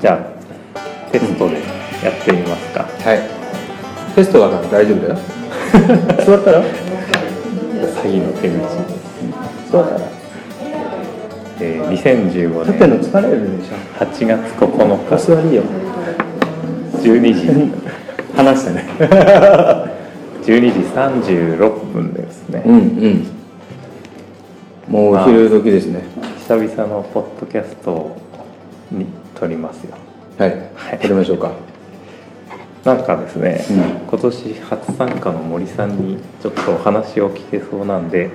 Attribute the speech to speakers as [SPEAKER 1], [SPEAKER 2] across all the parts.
[SPEAKER 1] じゃあテストでやってみますか、
[SPEAKER 2] はいテストだから大丈夫だよ座ったら
[SPEAKER 1] 詐欺の手口
[SPEAKER 2] 座ったら
[SPEAKER 1] えー、2015
[SPEAKER 2] 立ってん
[SPEAKER 1] 年
[SPEAKER 2] の疲れるでしょ
[SPEAKER 1] 8月9
[SPEAKER 2] お
[SPEAKER 1] 日
[SPEAKER 2] 座りよ
[SPEAKER 1] 12時話したね 12時36分ですね、
[SPEAKER 2] んうんもうお昼時ですね
[SPEAKER 1] 久々のポッドキャストに撮りますよ
[SPEAKER 2] はい撮りましょうか
[SPEAKER 1] なんかですね、
[SPEAKER 2] うん
[SPEAKER 1] 今年初参加の森さんにちょっとお話を聞けそうなんで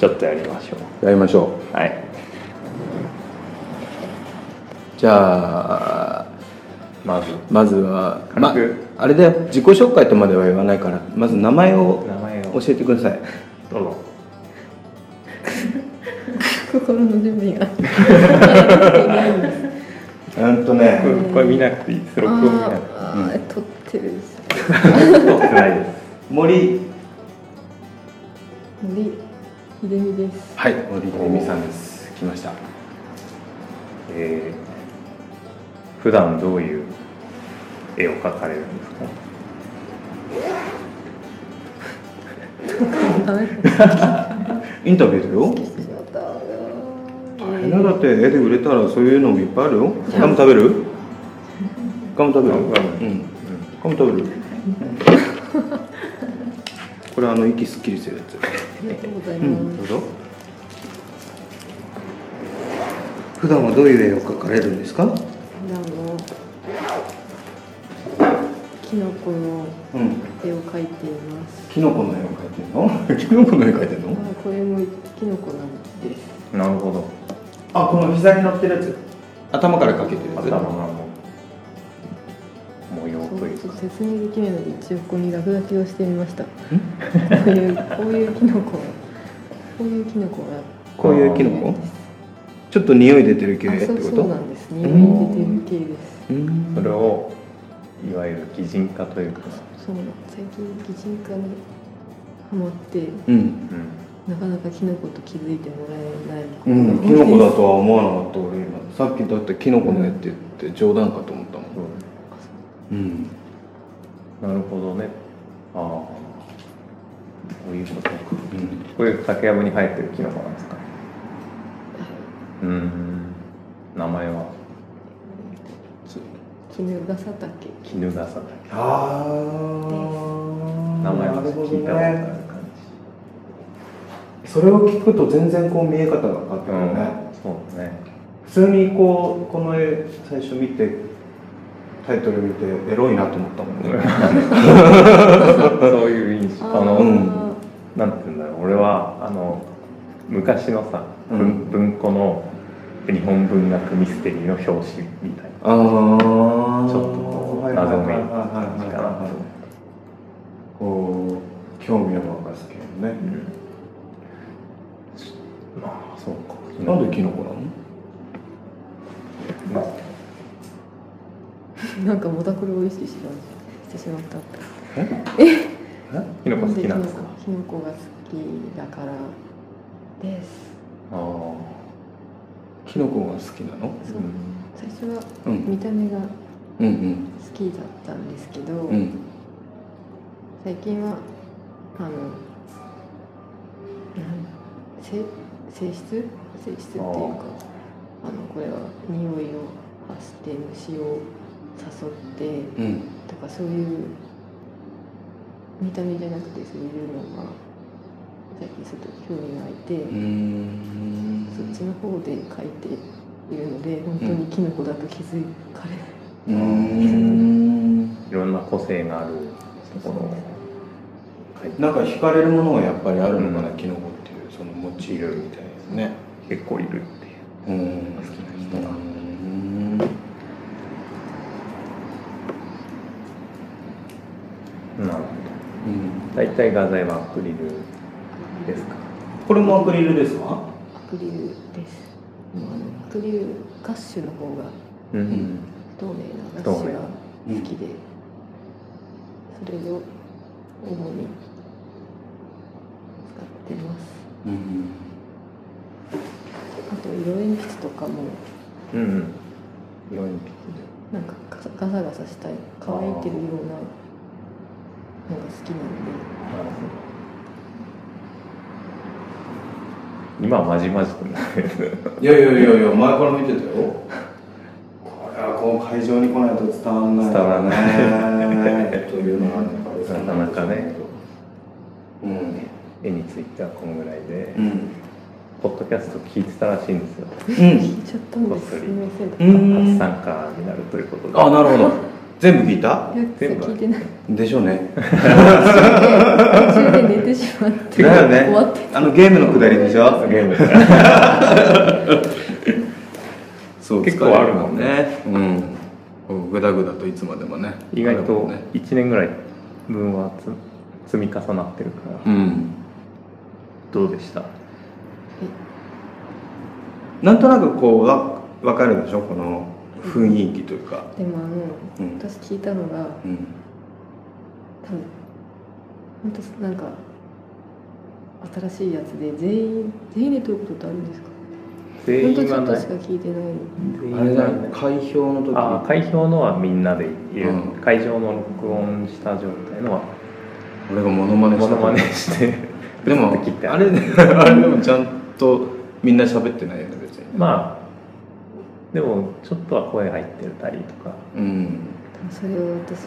[SPEAKER 1] ちょっとやりましょ
[SPEAKER 2] やりましょう
[SPEAKER 1] うはい
[SPEAKER 2] じゃあ
[SPEAKER 1] まず
[SPEAKER 2] まずは、
[SPEAKER 1] 軽
[SPEAKER 2] ま
[SPEAKER 1] く、
[SPEAKER 2] あれだよ自己紹介とまでは言わないからまず名前を
[SPEAKER 1] 名前を
[SPEAKER 2] 教えてください
[SPEAKER 1] どうぞ
[SPEAKER 3] 心の準備が
[SPEAKER 2] うんとね
[SPEAKER 1] これこれ見なくていいです録音見なくていい
[SPEAKER 3] あー撮ってるし
[SPEAKER 1] 撮ってないです
[SPEAKER 2] 森
[SPEAKER 3] 森秀美です
[SPEAKER 2] はい森秀美さんです来ました
[SPEAKER 1] えー、普段どういう絵を描かれるんですか
[SPEAKER 3] ダメか
[SPEAKER 2] インタビューだよ
[SPEAKER 3] やだよ
[SPEAKER 2] 大変だだって絵で売れたらそういうのもいっぱいあるよガム食べるガム食べる
[SPEAKER 1] ガム
[SPEAKER 2] うんガム食べる これあの息すっきりするやつ
[SPEAKER 3] ありがとうございうます、
[SPEAKER 2] んどうぞ普段はどういう絵を描かれるんですか
[SPEAKER 3] 普段のキノコの
[SPEAKER 2] うん
[SPEAKER 3] 絵を描いています
[SPEAKER 2] キノコの絵を描いてるの キノコの絵描いてる
[SPEAKER 3] あーこれもキノコなんです
[SPEAKER 1] なるほど
[SPEAKER 2] あこの膝に乗ってるやつ頭から描けてるやつ
[SPEAKER 1] 頭がもう模様
[SPEAKER 3] そう
[SPEAKER 1] という
[SPEAKER 3] ちょっ
[SPEAKER 1] か
[SPEAKER 3] と説明できないので一応ここに落書きをしてみましたこういうこういうキノコこういうキノコが
[SPEAKER 2] こういうキノコちょっと匂い出てる系っ
[SPEAKER 3] あ
[SPEAKER 2] て
[SPEAKER 3] そ
[SPEAKER 2] こ
[SPEAKER 3] う
[SPEAKER 2] と
[SPEAKER 3] そうなんですね
[SPEAKER 2] う
[SPEAKER 1] ー
[SPEAKER 3] 出てる系です
[SPEAKER 2] うん
[SPEAKER 1] それをいわゆる擬人化というか、
[SPEAKER 3] そう最近擬人化にハマって
[SPEAKER 2] うん
[SPEAKER 1] うん、
[SPEAKER 3] なかなかキノコと気づいてもらえないこ
[SPEAKER 2] う
[SPEAKER 3] と
[SPEAKER 2] ん、
[SPEAKER 3] が多い
[SPEAKER 2] キノコだとは思わなかった俺今さっきだってキノコの絵って言って冗談かと思ったもん、
[SPEAKER 1] そう
[SPEAKER 2] うん、
[SPEAKER 1] なるほどねああこういうことかこれ竹やぶに生えてるキノコなんですかうーん名前は
[SPEAKER 3] きキヌガサタケ
[SPEAKER 1] キヌガサタケ
[SPEAKER 2] ああ
[SPEAKER 1] 名前は聞いたことある感
[SPEAKER 2] それを聞くと全然こう見え方が変わっ
[SPEAKER 1] じ、
[SPEAKER 2] てく
[SPEAKER 1] う
[SPEAKER 2] るね、
[SPEAKER 1] ん、そうだね
[SPEAKER 2] 普通にこうこの絵最初見てタイトル見てエロいなと思ったもんね、
[SPEAKER 1] そういう印象あの、
[SPEAKER 3] ー
[SPEAKER 2] うん
[SPEAKER 1] なんて言うんだろう俺はあの昔のさ文,、
[SPEAKER 2] うん
[SPEAKER 1] 文庫の日本文学ミステリーの表紙みたいな
[SPEAKER 2] ああ
[SPEAKER 1] ちょっとこう謎めいた感じかなと思って
[SPEAKER 2] こう興味を沸かすけどね、
[SPEAKER 1] まあそうか
[SPEAKER 2] なんでキノコなの
[SPEAKER 1] まあ
[SPEAKER 3] なんかモダクルを意識してましたしてしまった
[SPEAKER 1] キノコ好きなんですか
[SPEAKER 3] でキノコキノコが好きだからです
[SPEAKER 1] ああ
[SPEAKER 2] キノコが好きなの
[SPEAKER 3] そう最初は
[SPEAKER 2] うん
[SPEAKER 3] 見た目が好
[SPEAKER 2] うん
[SPEAKER 3] きだったんですけど、
[SPEAKER 2] うんうん
[SPEAKER 3] 最近はあのなん性性質性質っていう
[SPEAKER 1] あ
[SPEAKER 3] か
[SPEAKER 1] ー
[SPEAKER 3] あのこれは匂いを発して虫を誘って
[SPEAKER 2] うん
[SPEAKER 3] とかそういう見た目じゃなくてそういうのが最近ちょっと興味が湧いて、
[SPEAKER 2] うーん
[SPEAKER 3] そっちの方で描いているので本当にキノコだと気づかれな
[SPEAKER 2] うー
[SPEAKER 3] い、
[SPEAKER 2] ん
[SPEAKER 1] いろんな個性があるところを描いて
[SPEAKER 2] なんか惹かれるものがやっぱりあるのかな、
[SPEAKER 1] うん
[SPEAKER 2] キノコっていうそのモチーフみたいですね
[SPEAKER 1] 結構いるっていう
[SPEAKER 2] うん好き
[SPEAKER 1] な人が
[SPEAKER 2] ん
[SPEAKER 1] なるほど大体画材はアクリルですか
[SPEAKER 2] これもアクリルですか
[SPEAKER 3] アクリルですアクリルガッシュの方が
[SPEAKER 1] うん、
[SPEAKER 2] ん
[SPEAKER 3] 透明な
[SPEAKER 1] 透
[SPEAKER 3] ガッ
[SPEAKER 1] 明
[SPEAKER 2] うん
[SPEAKER 3] シュが好きで、それを主に使ってます
[SPEAKER 2] うん
[SPEAKER 3] あと色鉛筆とかも
[SPEAKER 1] うんうん
[SPEAKER 2] 意外に
[SPEAKER 3] なんかガサガサガサしたい乾いてるようなのが好きなんで
[SPEAKER 1] なるほど今はまじまじとないですね
[SPEAKER 2] いやいやいやいや前から見てたよこれはこう会場に来ないと伝わんない
[SPEAKER 1] 伝わら
[SPEAKER 2] ないというのはなんかあれです
[SPEAKER 1] なかなかね
[SPEAKER 2] うん
[SPEAKER 1] 絵についてはこのぐらいで、
[SPEAKER 2] うん
[SPEAKER 1] ポッドキャスト聞いてたらしいんですよ
[SPEAKER 2] うん
[SPEAKER 3] 聞いちゃったんですすみません
[SPEAKER 2] う
[SPEAKER 3] い
[SPEAKER 2] ん
[SPEAKER 1] 初参加になるということで
[SPEAKER 2] あなるほど全部聞いた
[SPEAKER 3] や聞い てない
[SPEAKER 2] でしょうね
[SPEAKER 3] 途中で寝てしまって
[SPEAKER 2] だよね
[SPEAKER 3] 終わって
[SPEAKER 2] あのゲームのくだりでしょ
[SPEAKER 1] ゲー ムが
[SPEAKER 2] そう
[SPEAKER 1] 結構あるもん
[SPEAKER 2] ねうんグダグダといつまでもね
[SPEAKER 1] 意外
[SPEAKER 2] あるも
[SPEAKER 1] と
[SPEAKER 2] んね
[SPEAKER 1] 1年ぐらい分はつ積み重なってるから、
[SPEAKER 2] うん
[SPEAKER 1] どうでした
[SPEAKER 2] なんとなくこうわ分かるでしょこの雰囲気というか
[SPEAKER 3] でもあの
[SPEAKER 2] うん
[SPEAKER 3] 私聞いたのが
[SPEAKER 2] うん
[SPEAKER 3] 多分本当なんか新しいやつで全員全員で撮ることってあるんですか
[SPEAKER 1] 全
[SPEAKER 3] 本当
[SPEAKER 1] 員
[SPEAKER 3] ちょ
[SPEAKER 1] は
[SPEAKER 3] っと
[SPEAKER 1] ない
[SPEAKER 3] しか聞いてない
[SPEAKER 1] 全員
[SPEAKER 2] あれだ
[SPEAKER 1] は
[SPEAKER 2] よ
[SPEAKER 1] な
[SPEAKER 2] ね
[SPEAKER 1] い
[SPEAKER 2] 開票の時
[SPEAKER 1] あー開票のはみんなで言う、
[SPEAKER 2] うん
[SPEAKER 1] 会場の録音した状態のは
[SPEAKER 2] 俺がモノマネ
[SPEAKER 1] モ
[SPEAKER 2] した
[SPEAKER 1] ノ
[SPEAKER 2] 時
[SPEAKER 1] マネして
[SPEAKER 2] でも
[SPEAKER 1] ブツッと切って
[SPEAKER 2] あれあれ でもちゃんとみんな喋ってないよね別に
[SPEAKER 1] まあでもちょっとは声入ってたりとか
[SPEAKER 2] うん
[SPEAKER 3] でもそれを私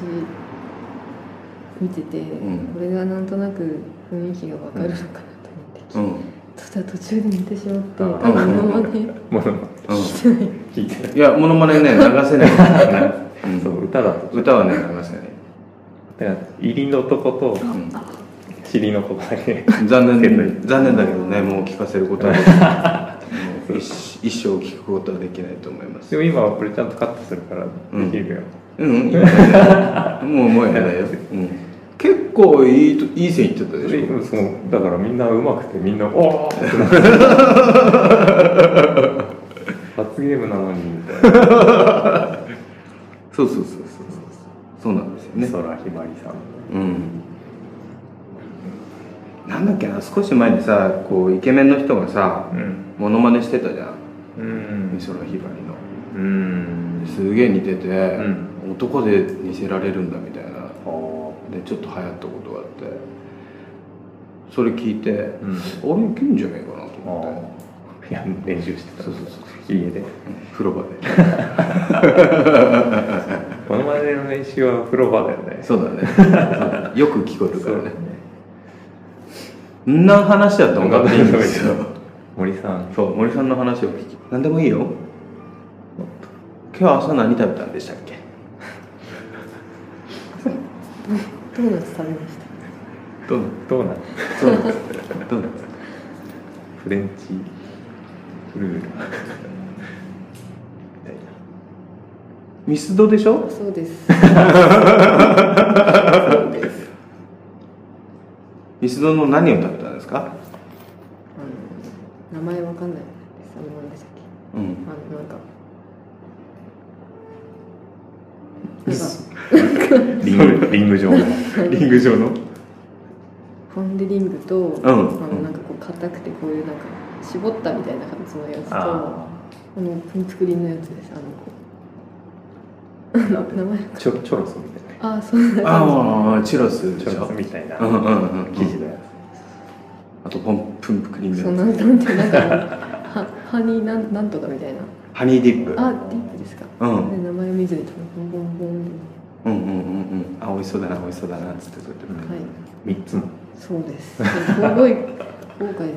[SPEAKER 3] 見てて、
[SPEAKER 2] うん
[SPEAKER 3] これがなんとなく雰囲気がわかるのかなと
[SPEAKER 2] う
[SPEAKER 3] 思って聞いて、
[SPEAKER 2] ん
[SPEAKER 3] そしたら途中で寝てしまって
[SPEAKER 1] あ
[SPEAKER 3] 多
[SPEAKER 1] ー
[SPEAKER 3] 分今まで聞い
[SPEAKER 1] モノマ
[SPEAKER 2] う
[SPEAKER 3] てない
[SPEAKER 1] ネ聞いて
[SPEAKER 2] んいやモノマネ ね流せない、うん
[SPEAKER 1] そう歌だと
[SPEAKER 2] 歌はね流せない
[SPEAKER 1] だから入りのとこと
[SPEAKER 2] うん
[SPEAKER 1] 尻のとこだけ
[SPEAKER 2] 残
[SPEAKER 1] つけとい
[SPEAKER 2] 念残念だけどねもう聞かせることはでき ないもう一一生聞くことはできないと思います
[SPEAKER 1] でも今はこれちゃんとカットするからできるよ、
[SPEAKER 2] うんいいねもうもうやだよ、うん、結構いいといい線いっちゃったで
[SPEAKER 1] そ
[SPEAKER 2] し
[SPEAKER 1] れ
[SPEAKER 2] ょ
[SPEAKER 1] そうだからみんなうまくてみんな「おお!」ってなって 罰ゲームなのにみたいな
[SPEAKER 2] そうそうそうそうそうそうなんですよね
[SPEAKER 1] 空ひばりさん
[SPEAKER 2] うんなんだっけな少し前にさこうイケメンの人がさ
[SPEAKER 1] うん
[SPEAKER 2] モノマネしてたじゃん
[SPEAKER 1] うん
[SPEAKER 2] 美空ひばりの
[SPEAKER 1] うん
[SPEAKER 2] すげえ似てて、
[SPEAKER 1] ん
[SPEAKER 2] 男で似せられるんだみたいな
[SPEAKER 1] あー
[SPEAKER 2] でちょっと流行ったことがあってそれ聞いて、
[SPEAKER 1] うん
[SPEAKER 2] あれいけんじゃねえかな
[SPEAKER 1] あ
[SPEAKER 2] と思って
[SPEAKER 1] ーいや練習してた
[SPEAKER 2] そうそうそう
[SPEAKER 1] 家で
[SPEAKER 2] 風呂場で
[SPEAKER 1] モノマネの練習は風呂場だよね
[SPEAKER 2] そうだねよく聞こえるからねんな話だったら分かんないんですよ
[SPEAKER 1] 森さん
[SPEAKER 2] そう森さんの話を聞き何でもいいよ今日朝何食べたんでしたっけ
[SPEAKER 3] ドーナツ食べました
[SPEAKER 2] どう
[SPEAKER 1] どうなん
[SPEAKER 2] どうなんですかどうなんですか
[SPEAKER 1] フレンチフルールみたいな
[SPEAKER 2] ミスドでしょ
[SPEAKER 3] そう ですそうです
[SPEAKER 2] ミスドの何を食べたんですか
[SPEAKER 3] あの名前わかんないですあの何でしたっけ
[SPEAKER 2] うん
[SPEAKER 3] あのなんか
[SPEAKER 2] ミ
[SPEAKER 3] なんか
[SPEAKER 2] ス
[SPEAKER 1] リング、 リング状の。
[SPEAKER 2] リング状の
[SPEAKER 3] フォンデリングと、
[SPEAKER 2] ん
[SPEAKER 3] あのなんかこう硬くてこういうなんか絞ったみたいな形のやつとあ
[SPEAKER 1] あ
[SPEAKER 3] のプンプクリンのやつですあのこうな名前
[SPEAKER 1] あ、ちょ、ちょろすみたい
[SPEAKER 3] ああそんな感
[SPEAKER 2] ああチュロス
[SPEAKER 1] な。
[SPEAKER 2] で
[SPEAKER 1] ち
[SPEAKER 2] し
[SPEAKER 1] ょろ
[SPEAKER 2] ょ
[SPEAKER 1] すみたいな
[SPEAKER 2] うんうんうん
[SPEAKER 1] 生地のや
[SPEAKER 2] あとポンプンプクリン
[SPEAKER 3] じ
[SPEAKER 2] グ
[SPEAKER 3] そんななんてなんかはハニーなんなんとかみたいな
[SPEAKER 2] ハニーディップ
[SPEAKER 3] あディップですか、
[SPEAKER 2] うん
[SPEAKER 3] で名前を見ずにボンボンボン
[SPEAKER 2] うんうんうんうんあ美味しそうだな美味しそうだなっつってそうやって
[SPEAKER 3] はい
[SPEAKER 1] つ。三つも。
[SPEAKER 3] そうですすごい後悔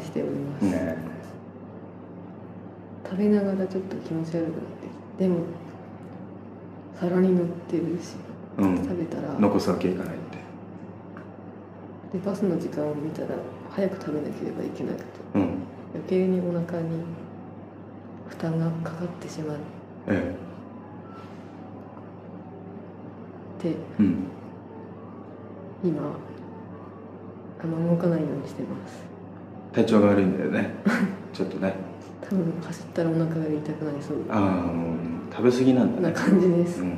[SPEAKER 3] しております、
[SPEAKER 1] ね。
[SPEAKER 3] 食べながらちょっと気持ち悪くなってきてでも皿に乗ってるし
[SPEAKER 2] うん
[SPEAKER 3] 食べたら
[SPEAKER 2] 残すわけいかないって
[SPEAKER 3] でバスの時間を見たら早く食べなければいけなくて
[SPEAKER 2] うん
[SPEAKER 3] 余計にお腹に負担がかかってしまっ
[SPEAKER 2] え
[SPEAKER 3] て
[SPEAKER 2] えうん
[SPEAKER 3] 今あんま動かないようにしてます
[SPEAKER 2] 体調が悪いんだよね ちょっとね
[SPEAKER 3] 多分走ったらお腹が痛くなりそう
[SPEAKER 2] ああもう食べ過ぎなんだ
[SPEAKER 3] な
[SPEAKER 2] ね
[SPEAKER 3] 感じです
[SPEAKER 2] うん
[SPEAKER 1] うん。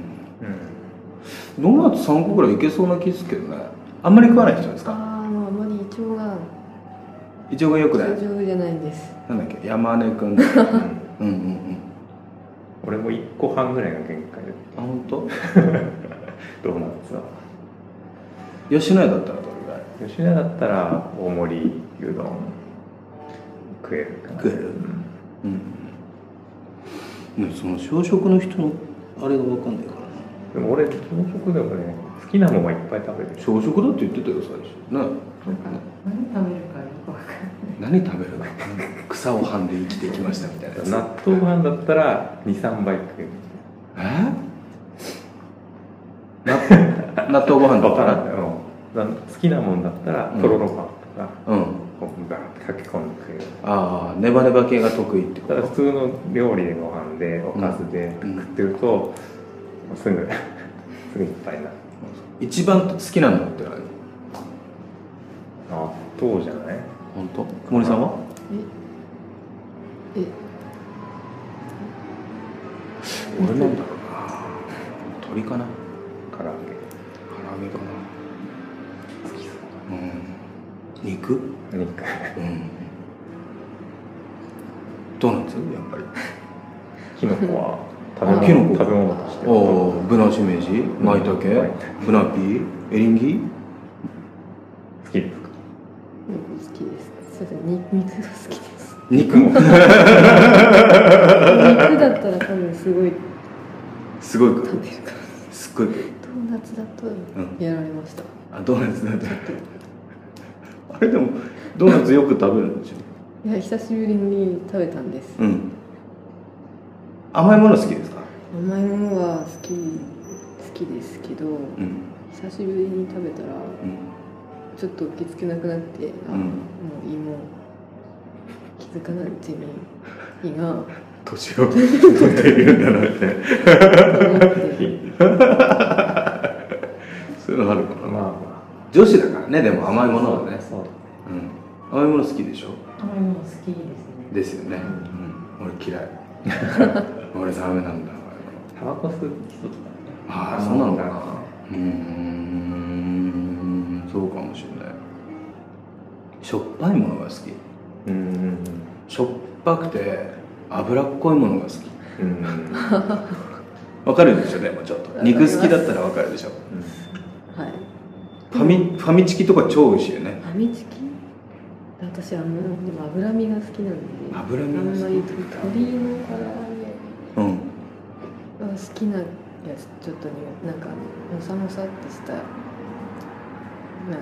[SPEAKER 2] ドーナツ3個ぐらいいけそうな気ですけどねあんまり食わない人です
[SPEAKER 3] あ
[SPEAKER 2] か
[SPEAKER 3] あもうあまり胃腸が
[SPEAKER 2] 胃腸が良くない
[SPEAKER 3] 通常じゃないんです
[SPEAKER 2] なんだっけ山根くんうんうんうん
[SPEAKER 1] 俺も一個半ぐらいが限界
[SPEAKER 2] あ本当？
[SPEAKER 1] ドーナツは
[SPEAKER 2] 吉野家だったらどれぐらい
[SPEAKER 1] 吉田だったら大盛り牛丼食えるかな
[SPEAKER 2] 食える
[SPEAKER 1] うん
[SPEAKER 2] うん、ね、その小食の人のあれが分かんないか
[SPEAKER 1] で
[SPEAKER 2] らな
[SPEAKER 1] も俺朝食でもね好きなもんはいっぱい食べてる
[SPEAKER 2] 小食だって言ってたよ最初ね
[SPEAKER 4] なんか何食べるかよくわかんない
[SPEAKER 2] 何食べるか草をはんで生きてきましたみたいなやつ
[SPEAKER 1] 納豆ご飯だったら23杯食える
[SPEAKER 2] えな 納豆ご飯だったら
[SPEAKER 1] うんなん好きなもんだったら
[SPEAKER 2] うん
[SPEAKER 1] とろろパンとか、
[SPEAKER 2] うん
[SPEAKER 1] こうガーッてかき込んで食える
[SPEAKER 2] ああネバネバ系が得意ってこ
[SPEAKER 1] ただ
[SPEAKER 2] と
[SPEAKER 1] 普通の料理でご飯でおかずで
[SPEAKER 2] うん
[SPEAKER 1] 食ってると、もうすぐ すぐいっぱいになる
[SPEAKER 2] 一番好きなのって何
[SPEAKER 1] 納豆じゃない
[SPEAKER 2] 本当森さんは
[SPEAKER 3] ええ
[SPEAKER 2] 俺なんだろうな鳥かな
[SPEAKER 1] 唐揚げ
[SPEAKER 2] 唐揚げかなうん肉う
[SPEAKER 1] 肉
[SPEAKER 2] んドーナツやっぱり
[SPEAKER 1] キノコは食
[SPEAKER 3] あ
[SPEAKER 1] べ
[SPEAKER 2] キノコ
[SPEAKER 1] 物食べ物として
[SPEAKER 2] おおブナシメジマイタケ
[SPEAKER 1] はい
[SPEAKER 2] ブナピーエリンギ
[SPEAKER 1] 好きですか
[SPEAKER 3] うん好きです。すいません、に肉が好き です。
[SPEAKER 2] 肉も
[SPEAKER 3] 肉だったら多分すごい
[SPEAKER 2] すごい
[SPEAKER 3] 食べるから。
[SPEAKER 2] すっごい
[SPEAKER 3] ドーナツだと
[SPEAKER 2] ん
[SPEAKER 3] やられました。
[SPEAKER 2] あドーナツだって あれでもドーナツよく食べるんでしょ
[SPEAKER 3] いや久しぶりに食べたんです。
[SPEAKER 2] うん甘いもの好きですか
[SPEAKER 3] 甘いものは好き好きですけど、
[SPEAKER 2] うん
[SPEAKER 3] 久しぶりに食べたら
[SPEAKER 2] うん
[SPEAKER 3] ちょっと受け付けなくなって、あ
[SPEAKER 2] うん
[SPEAKER 3] もういいもん気づかないうちに胃 が
[SPEAKER 2] 年を取っているんだなって そういうのあるか
[SPEAKER 1] ま
[SPEAKER 2] ら
[SPEAKER 1] あ
[SPEAKER 2] な
[SPEAKER 1] ま
[SPEAKER 2] 女子だからねでも
[SPEAKER 1] あ
[SPEAKER 2] 甘いものはね
[SPEAKER 1] そうだ
[SPEAKER 2] うん甘いもの好きでしょ
[SPEAKER 4] 甘いもの好きですね
[SPEAKER 2] ですよね、うん、俺 嫌い俺ダメなんだ
[SPEAKER 1] タバコ吸う人とかね
[SPEAKER 2] ああそうなのかなうーんそうかもしれないしょっぱいものが好き
[SPEAKER 1] うんうん
[SPEAKER 2] しょっぱくて脂っこいものが好き
[SPEAKER 1] うんうん
[SPEAKER 2] わかるでしょでもちょっと肉好きだったらわかるでしょ
[SPEAKER 3] はい。
[SPEAKER 2] ファミファミチキとか超美味しいよね
[SPEAKER 3] ファミチキ私あのでも脂身が好きなんで
[SPEAKER 2] 脂
[SPEAKER 3] あん
[SPEAKER 2] 身
[SPEAKER 3] ま
[SPEAKER 2] が
[SPEAKER 3] り
[SPEAKER 2] 好
[SPEAKER 3] と
[SPEAKER 2] き
[SPEAKER 3] 鶏の唐揚
[SPEAKER 2] うん
[SPEAKER 3] げは好きなやつちょっと苦なんかもさもさってしたなん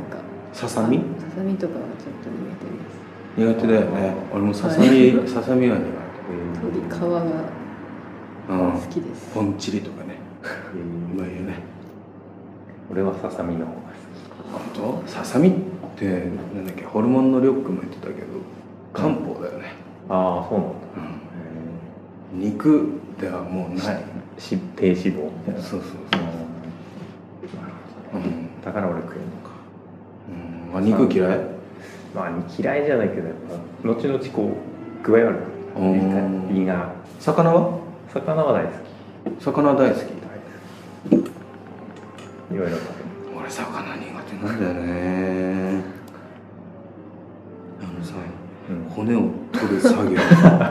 [SPEAKER 3] か
[SPEAKER 2] ささみ
[SPEAKER 3] ささみとかはちょっと苦手
[SPEAKER 2] 苦手
[SPEAKER 3] です
[SPEAKER 2] だよね俺もささみ、ささみは苦
[SPEAKER 3] 鶏皮が
[SPEAKER 2] 手うん
[SPEAKER 3] 好きです
[SPEAKER 2] ポンチリとかねうまいよね
[SPEAKER 1] 俺はささみの方が好
[SPEAKER 2] 本当ささみってなんだっけホルモンのリョックも言ってたけど漢方だよね、
[SPEAKER 1] きああそうなんだ
[SPEAKER 2] うん肉ではもうない
[SPEAKER 1] し低脂肪みたいな
[SPEAKER 2] そうそう
[SPEAKER 1] う
[SPEAKER 2] そ
[SPEAKER 1] ん
[SPEAKER 2] う
[SPEAKER 1] なる
[SPEAKER 2] う
[SPEAKER 1] ほどね
[SPEAKER 2] ん、
[SPEAKER 1] だから俺食えるのか
[SPEAKER 2] うんまあ、肉嫌い
[SPEAKER 1] まあ嫌いじゃないけどやっぱ後々こう具合悪くな
[SPEAKER 2] うん
[SPEAKER 1] る胃が
[SPEAKER 2] 魚は
[SPEAKER 1] 魚は大好
[SPEAKER 2] 魚大好き
[SPEAKER 1] きいろいろ食べる
[SPEAKER 2] 俺魚苦手なんだよねあのさ
[SPEAKER 1] うん
[SPEAKER 2] 骨を取る作業わ
[SPEAKER 1] そうか
[SPEAKER 2] か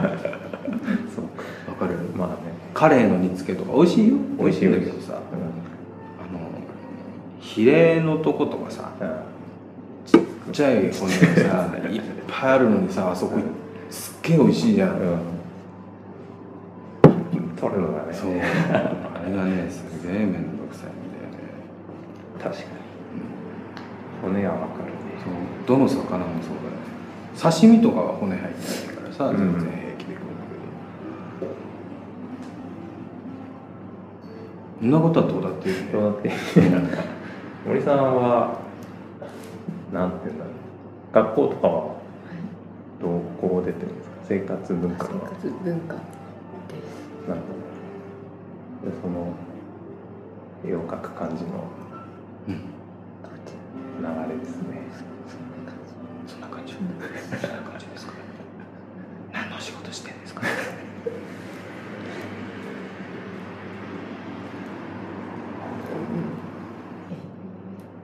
[SPEAKER 2] る
[SPEAKER 1] まあね
[SPEAKER 2] カレーの煮付けとか美味しいよ
[SPEAKER 1] 美味しい
[SPEAKER 2] んだけどさ
[SPEAKER 1] うん
[SPEAKER 2] あのヒレのとことかさちっちゃい骨がさいっぱいあるのにさあそこすっげえ美味しいじゃん、
[SPEAKER 1] うん取るのがね
[SPEAKER 2] そうあれがねすげえ面倒くさいんだよね
[SPEAKER 1] 確かに骨はわかるね
[SPEAKER 2] そうどの魚もそうだよね刺身とかは骨入ってないからさ
[SPEAKER 1] うん
[SPEAKER 2] 全然平気で食うんだけど、そんなことはどうだっていい
[SPEAKER 1] そう
[SPEAKER 2] ね
[SPEAKER 1] だって森さんはなんていうんだろう学校とかはどこ出てるんですか生活文化と
[SPEAKER 3] 生
[SPEAKER 1] か
[SPEAKER 3] 活文化です
[SPEAKER 1] なるほどでその絵を描く感じの
[SPEAKER 2] うん
[SPEAKER 3] こうやっ
[SPEAKER 1] 流
[SPEAKER 3] て
[SPEAKER 1] れですね
[SPEAKER 3] そんな感じ
[SPEAKER 2] そんな感じそんな感じですか何の仕事してんですか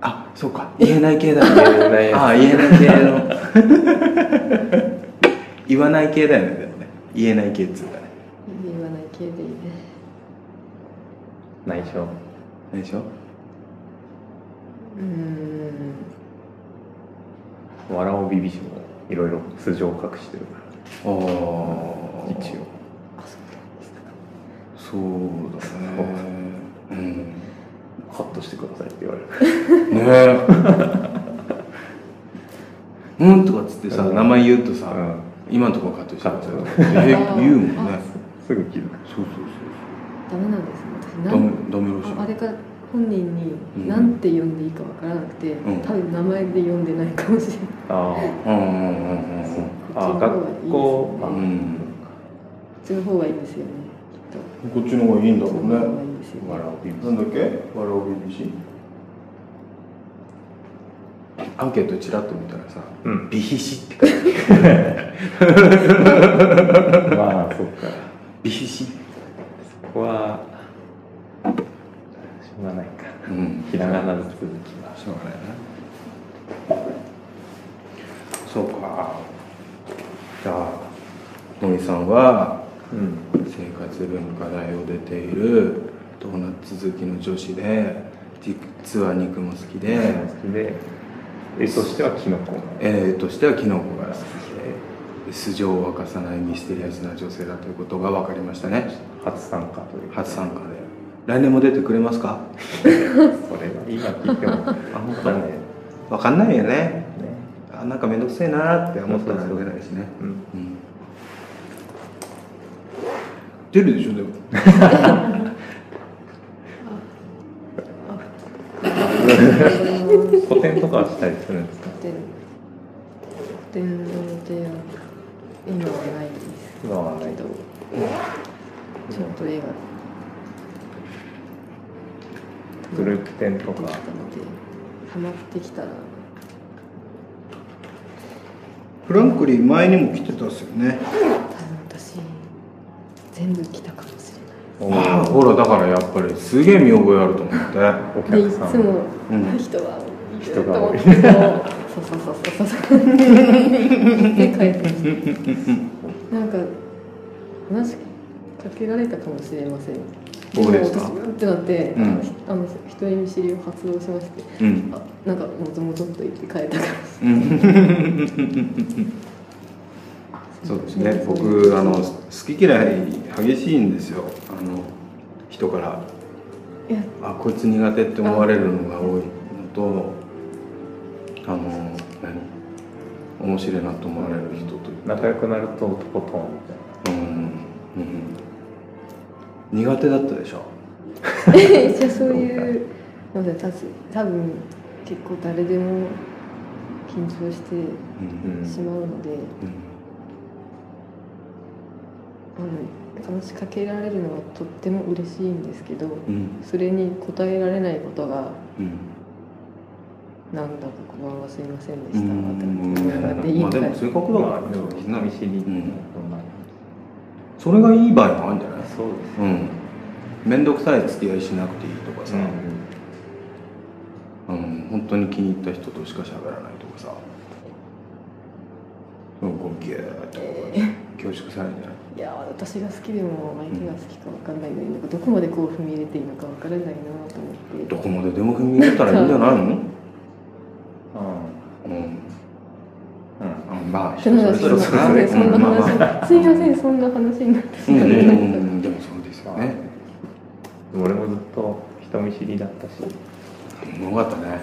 [SPEAKER 2] あそうか言えない系だね
[SPEAKER 1] 言えない
[SPEAKER 2] ああ言えない系の言わない系だよねでもね言えない系っつうかね
[SPEAKER 3] 言わない系系でいいね
[SPEAKER 1] 内緒
[SPEAKER 2] ないでしょ
[SPEAKER 3] うーん
[SPEAKER 1] わらおびびしもいろいろ素性を隠してるか
[SPEAKER 2] あ
[SPEAKER 1] ら
[SPEAKER 2] あ
[SPEAKER 1] 一応
[SPEAKER 3] あそ
[SPEAKER 2] そ
[SPEAKER 3] う
[SPEAKER 2] うだねうん
[SPEAKER 1] カットしてくださいって言われる
[SPEAKER 2] ねえうんとかっつってさ名前言うとさ、
[SPEAKER 1] うん
[SPEAKER 2] 今のところカットして
[SPEAKER 1] カット
[SPEAKER 2] えー言うもん
[SPEAKER 3] あ
[SPEAKER 2] ね
[SPEAKER 1] すぐ切る
[SPEAKER 2] そうそう
[SPEAKER 3] ダメなんですね私
[SPEAKER 2] そう
[SPEAKER 3] な
[SPEAKER 2] ダメ
[SPEAKER 3] ん
[SPEAKER 2] ダメらしい
[SPEAKER 3] ああれから本人
[SPEAKER 2] うん
[SPEAKER 3] に何て呼んでいいかわからなくて、
[SPEAKER 2] うん
[SPEAKER 3] 多分名前で呼んでないかもしれない
[SPEAKER 1] あ
[SPEAKER 2] うんうんうんうん
[SPEAKER 1] ああ学校
[SPEAKER 2] う
[SPEAKER 1] あ
[SPEAKER 2] ん
[SPEAKER 3] こっちの方がいいですよねきっと
[SPEAKER 2] こっちの方がいいんだろうね
[SPEAKER 3] こっちの方がいいですよね
[SPEAKER 1] わらおびびし
[SPEAKER 2] なんだっけわらおびびしアンケートちらっと見たらさ
[SPEAKER 1] うん
[SPEAKER 2] 「美ひし」って書いてある
[SPEAKER 1] まあそっか
[SPEAKER 2] 美ひし
[SPEAKER 1] そこはしょうがないか
[SPEAKER 2] うん
[SPEAKER 1] ひらがなの続きは
[SPEAKER 2] しょうがないなそうかじゃあ森さんは
[SPEAKER 1] うん
[SPEAKER 2] 生活文化大を出ているドーナツ好きの女子で実は肉も好きで
[SPEAKER 1] 好きで絵としてはキノコ
[SPEAKER 2] えー、としてはキノコが好きで素性を明かさないミステリアスな女性だということが分かりましたね
[SPEAKER 1] 初参加という
[SPEAKER 2] 初参加で来年も出てくれますか
[SPEAKER 1] それは今聞いても分かんないね
[SPEAKER 2] 分かんないよねあなんか面倒くせえなーって思ったら出ないしね
[SPEAKER 1] うん
[SPEAKER 2] うん出るでしょでも
[SPEAKER 3] 古
[SPEAKER 1] 古典とかはしたりするんですか
[SPEAKER 3] 典古典の予定は今はないです
[SPEAKER 1] 今はない
[SPEAKER 3] けどちょっと絵が
[SPEAKER 1] グループ展と
[SPEAKER 3] 溜まってき
[SPEAKER 1] か
[SPEAKER 3] たのでハマってきたら
[SPEAKER 5] フランクリン前にも来てたっすよね
[SPEAKER 3] 多分私全部来たかもし
[SPEAKER 1] お
[SPEAKER 2] ああ
[SPEAKER 1] ー
[SPEAKER 2] ほらだからやっぱりすげえ見覚えあると思って
[SPEAKER 1] お
[SPEAKER 3] れない
[SPEAKER 1] 客
[SPEAKER 3] でいつ
[SPEAKER 1] さん
[SPEAKER 3] も
[SPEAKER 2] うん
[SPEAKER 3] 人は多い
[SPEAKER 1] 人が多い
[SPEAKER 3] そうそうそうそうそうそうで帰ってきたなんか話しかけられたかもしれません
[SPEAKER 2] 僕ですか
[SPEAKER 3] も私ってなって、
[SPEAKER 2] うん
[SPEAKER 3] あの人見知りを発動しまして
[SPEAKER 2] うん
[SPEAKER 3] あなんかもともとっと言って帰ったから
[SPEAKER 2] そうですね僕あの好き嫌い激しいんですよあの人から
[SPEAKER 3] いや
[SPEAKER 2] あこいつ苦手って思われるのが多いのとあの何面白いなと思われる人というか
[SPEAKER 1] 仲良くなるととことんみたいな
[SPEAKER 2] うん、うん、苦手だったでしょ
[SPEAKER 3] じゃあそういうので多多分結構誰でも緊張して
[SPEAKER 2] うん
[SPEAKER 1] うん
[SPEAKER 3] しまうので、
[SPEAKER 2] うん
[SPEAKER 3] あの話しかけられるのはとっても嬉しいんですけど
[SPEAKER 2] うん
[SPEAKER 3] それに応えられないことが
[SPEAKER 2] うん
[SPEAKER 3] なんだかこんばんはすいません
[SPEAKER 2] う
[SPEAKER 3] でし
[SPEAKER 2] ん
[SPEAKER 3] た
[SPEAKER 2] うん
[SPEAKER 3] って
[SPEAKER 2] まあでも
[SPEAKER 3] い
[SPEAKER 2] 性格だからね
[SPEAKER 1] 人見知り
[SPEAKER 2] うん
[SPEAKER 1] そんな
[SPEAKER 2] それがいい場合もあるんじゃない
[SPEAKER 1] そうです
[SPEAKER 2] うん面倒くさい付き合いしなくていいとかさ、うん、本当に気に入った人としか喋らないとかさうんこうギューってこう凝縮されるんじゃない
[SPEAKER 3] いや私が好きでも相手が好きか分かんないのになんかどこまでこう踏み入れていいのか分からないなと思って
[SPEAKER 2] どこまででも踏み入れたらいいんじゃないの、
[SPEAKER 1] うん
[SPEAKER 2] うん
[SPEAKER 1] うん
[SPEAKER 2] あ、まあ
[SPEAKER 3] そんな話
[SPEAKER 2] 人それぞれ
[SPEAKER 3] そんな
[SPEAKER 2] うんまあまあ
[SPEAKER 3] 話すいませんそんな話になってし
[SPEAKER 2] うん
[SPEAKER 3] ま
[SPEAKER 2] うん
[SPEAKER 3] って
[SPEAKER 2] うんうんでもそうですよね
[SPEAKER 1] 俺もずっと人見知りだったし
[SPEAKER 2] よかったね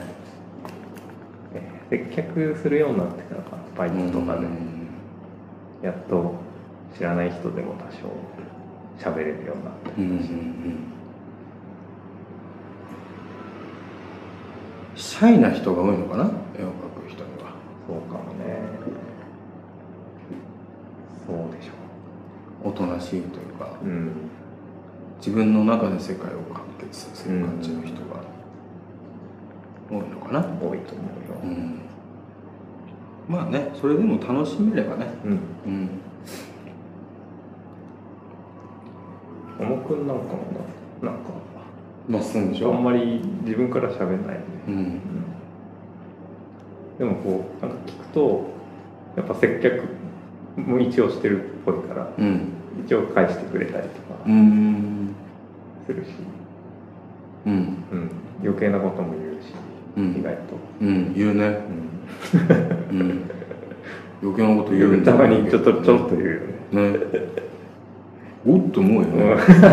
[SPEAKER 1] えー接客するようになってからかなバイトとか
[SPEAKER 2] う
[SPEAKER 1] で
[SPEAKER 2] ん
[SPEAKER 1] やっと知らない人でも多少喋れるようになった
[SPEAKER 2] うんうんうんシャイな人が多いのかな絵を描く人には
[SPEAKER 1] そうかもねそうでしょ
[SPEAKER 2] おとなしいというか
[SPEAKER 1] ううん
[SPEAKER 2] 自分の中で世界を完結させる感じの人が多いのかな、
[SPEAKER 1] 多いと思う
[SPEAKER 2] う
[SPEAKER 1] よ
[SPEAKER 2] ん、まあねそれでも楽しめればね、
[SPEAKER 1] うん
[SPEAKER 2] うん、
[SPEAKER 1] 小野くんなんかもななんか
[SPEAKER 2] まっすぐでし
[SPEAKER 1] あん
[SPEAKER 2] ょ、
[SPEAKER 1] まり自分から喋んないよね
[SPEAKER 2] うん、
[SPEAKER 1] でもこうなんか聞くとやっぱ接客も一応してるっぽいから
[SPEAKER 2] うん
[SPEAKER 1] 一応返してくれたりと
[SPEAKER 2] う
[SPEAKER 1] か
[SPEAKER 2] ん
[SPEAKER 1] するし、
[SPEAKER 2] うん
[SPEAKER 1] うん、余計なことも言うし、
[SPEAKER 2] うん
[SPEAKER 1] 意外と、
[SPEAKER 2] うん言うね
[SPEAKER 1] うん
[SPEAKER 2] うん余計なこと言う ん
[SPEAKER 1] た
[SPEAKER 2] だ
[SPEAKER 1] まにちょっとちょっと言うよね、
[SPEAKER 2] ねおっと思うよ
[SPEAKER 1] うん
[SPEAKER 2] ね
[SPEAKER 1] 待って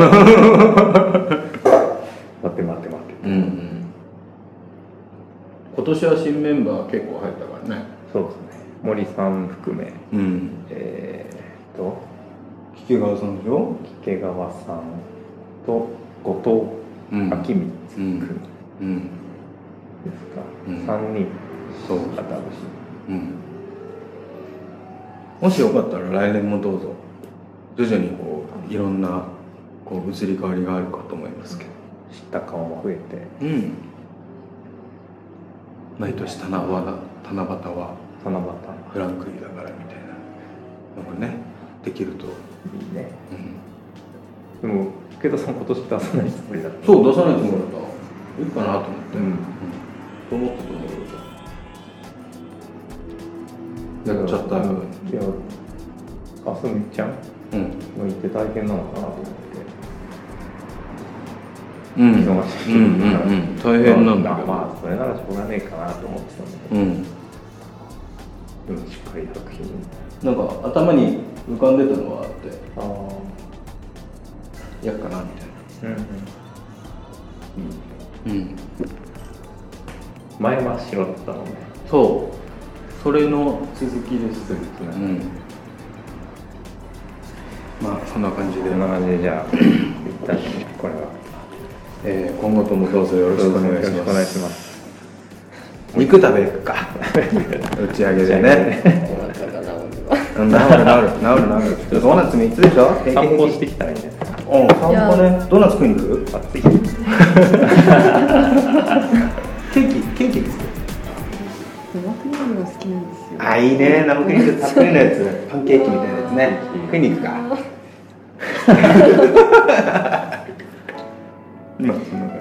[SPEAKER 1] 待って待って
[SPEAKER 2] うんうん
[SPEAKER 6] 今年は新メンバー結構入ったからね
[SPEAKER 1] そうですね森さん含め
[SPEAKER 2] うん
[SPEAKER 1] えー、と
[SPEAKER 5] 聞け川さんでしょ
[SPEAKER 1] 掛川さんと後
[SPEAKER 2] う
[SPEAKER 1] 藤
[SPEAKER 2] ん
[SPEAKER 1] 明光君
[SPEAKER 2] うん
[SPEAKER 1] ですか、
[SPEAKER 2] うん
[SPEAKER 1] 三人
[SPEAKER 2] そう
[SPEAKER 1] が多分
[SPEAKER 2] うんもしよかったら来年もどうぞ徐々にこういろんなこう移り変わりがあるかと思いますけど
[SPEAKER 1] 知った顔も増えて
[SPEAKER 2] うん毎年七夕七夕は
[SPEAKER 1] 七
[SPEAKER 2] フランクリーだからみたいなのがねできると、
[SPEAKER 1] 夕いいね
[SPEAKER 2] うん、
[SPEAKER 1] でも武田さん今年出さないつもりだった
[SPEAKER 2] そう出さないつもりだったいいかなと思って、
[SPEAKER 1] うん
[SPEAKER 2] と思ってたんだけどやっちゃったよ
[SPEAKER 1] いやあすみちゃん
[SPEAKER 2] うん
[SPEAKER 1] がいて大変なのかなと思って
[SPEAKER 2] うんうん
[SPEAKER 1] 忙しい
[SPEAKER 2] うんうん大変なんだ
[SPEAKER 1] ま
[SPEAKER 2] け
[SPEAKER 1] あ
[SPEAKER 2] ど、
[SPEAKER 1] まあそれならしょうがねえかなと思ってたんだけ
[SPEAKER 2] うん
[SPEAKER 1] ど、でもしっかり作品
[SPEAKER 2] なんか頭に浮かんでたのはあって
[SPEAKER 1] ああ
[SPEAKER 2] やっかなみたい
[SPEAKER 1] うんうんいいね
[SPEAKER 2] なうん
[SPEAKER 1] 前真っ白だったもんね
[SPEAKER 2] そうそれの続きです
[SPEAKER 1] そうですね
[SPEAKER 2] うんまあそんな感じで
[SPEAKER 1] こんな感じでじゃ あ一旦これは
[SPEAKER 2] えー今後ともどうぞよろしくお願いし
[SPEAKER 1] よろく
[SPEAKER 2] ます
[SPEAKER 1] お願いします
[SPEAKER 2] 肉食べるか 打ち上げでね
[SPEAKER 3] お腹が治るわ
[SPEAKER 2] 治る治る治る治るドーナツ3つでしょ平
[SPEAKER 1] 散
[SPEAKER 2] 気
[SPEAKER 1] 歩
[SPEAKER 2] 平気
[SPEAKER 1] してきたらいいんじゃないですか
[SPEAKER 2] うん散歩ねドーナツ食いに行く
[SPEAKER 1] 暑い
[SPEAKER 2] ケーキケーキです
[SPEAKER 3] 生クリームが好きなんですよ
[SPEAKER 2] あいいね生クリームたっぷりのや つパンケーキみたいなやつね食いに行く か
[SPEAKER 1] 今そんな感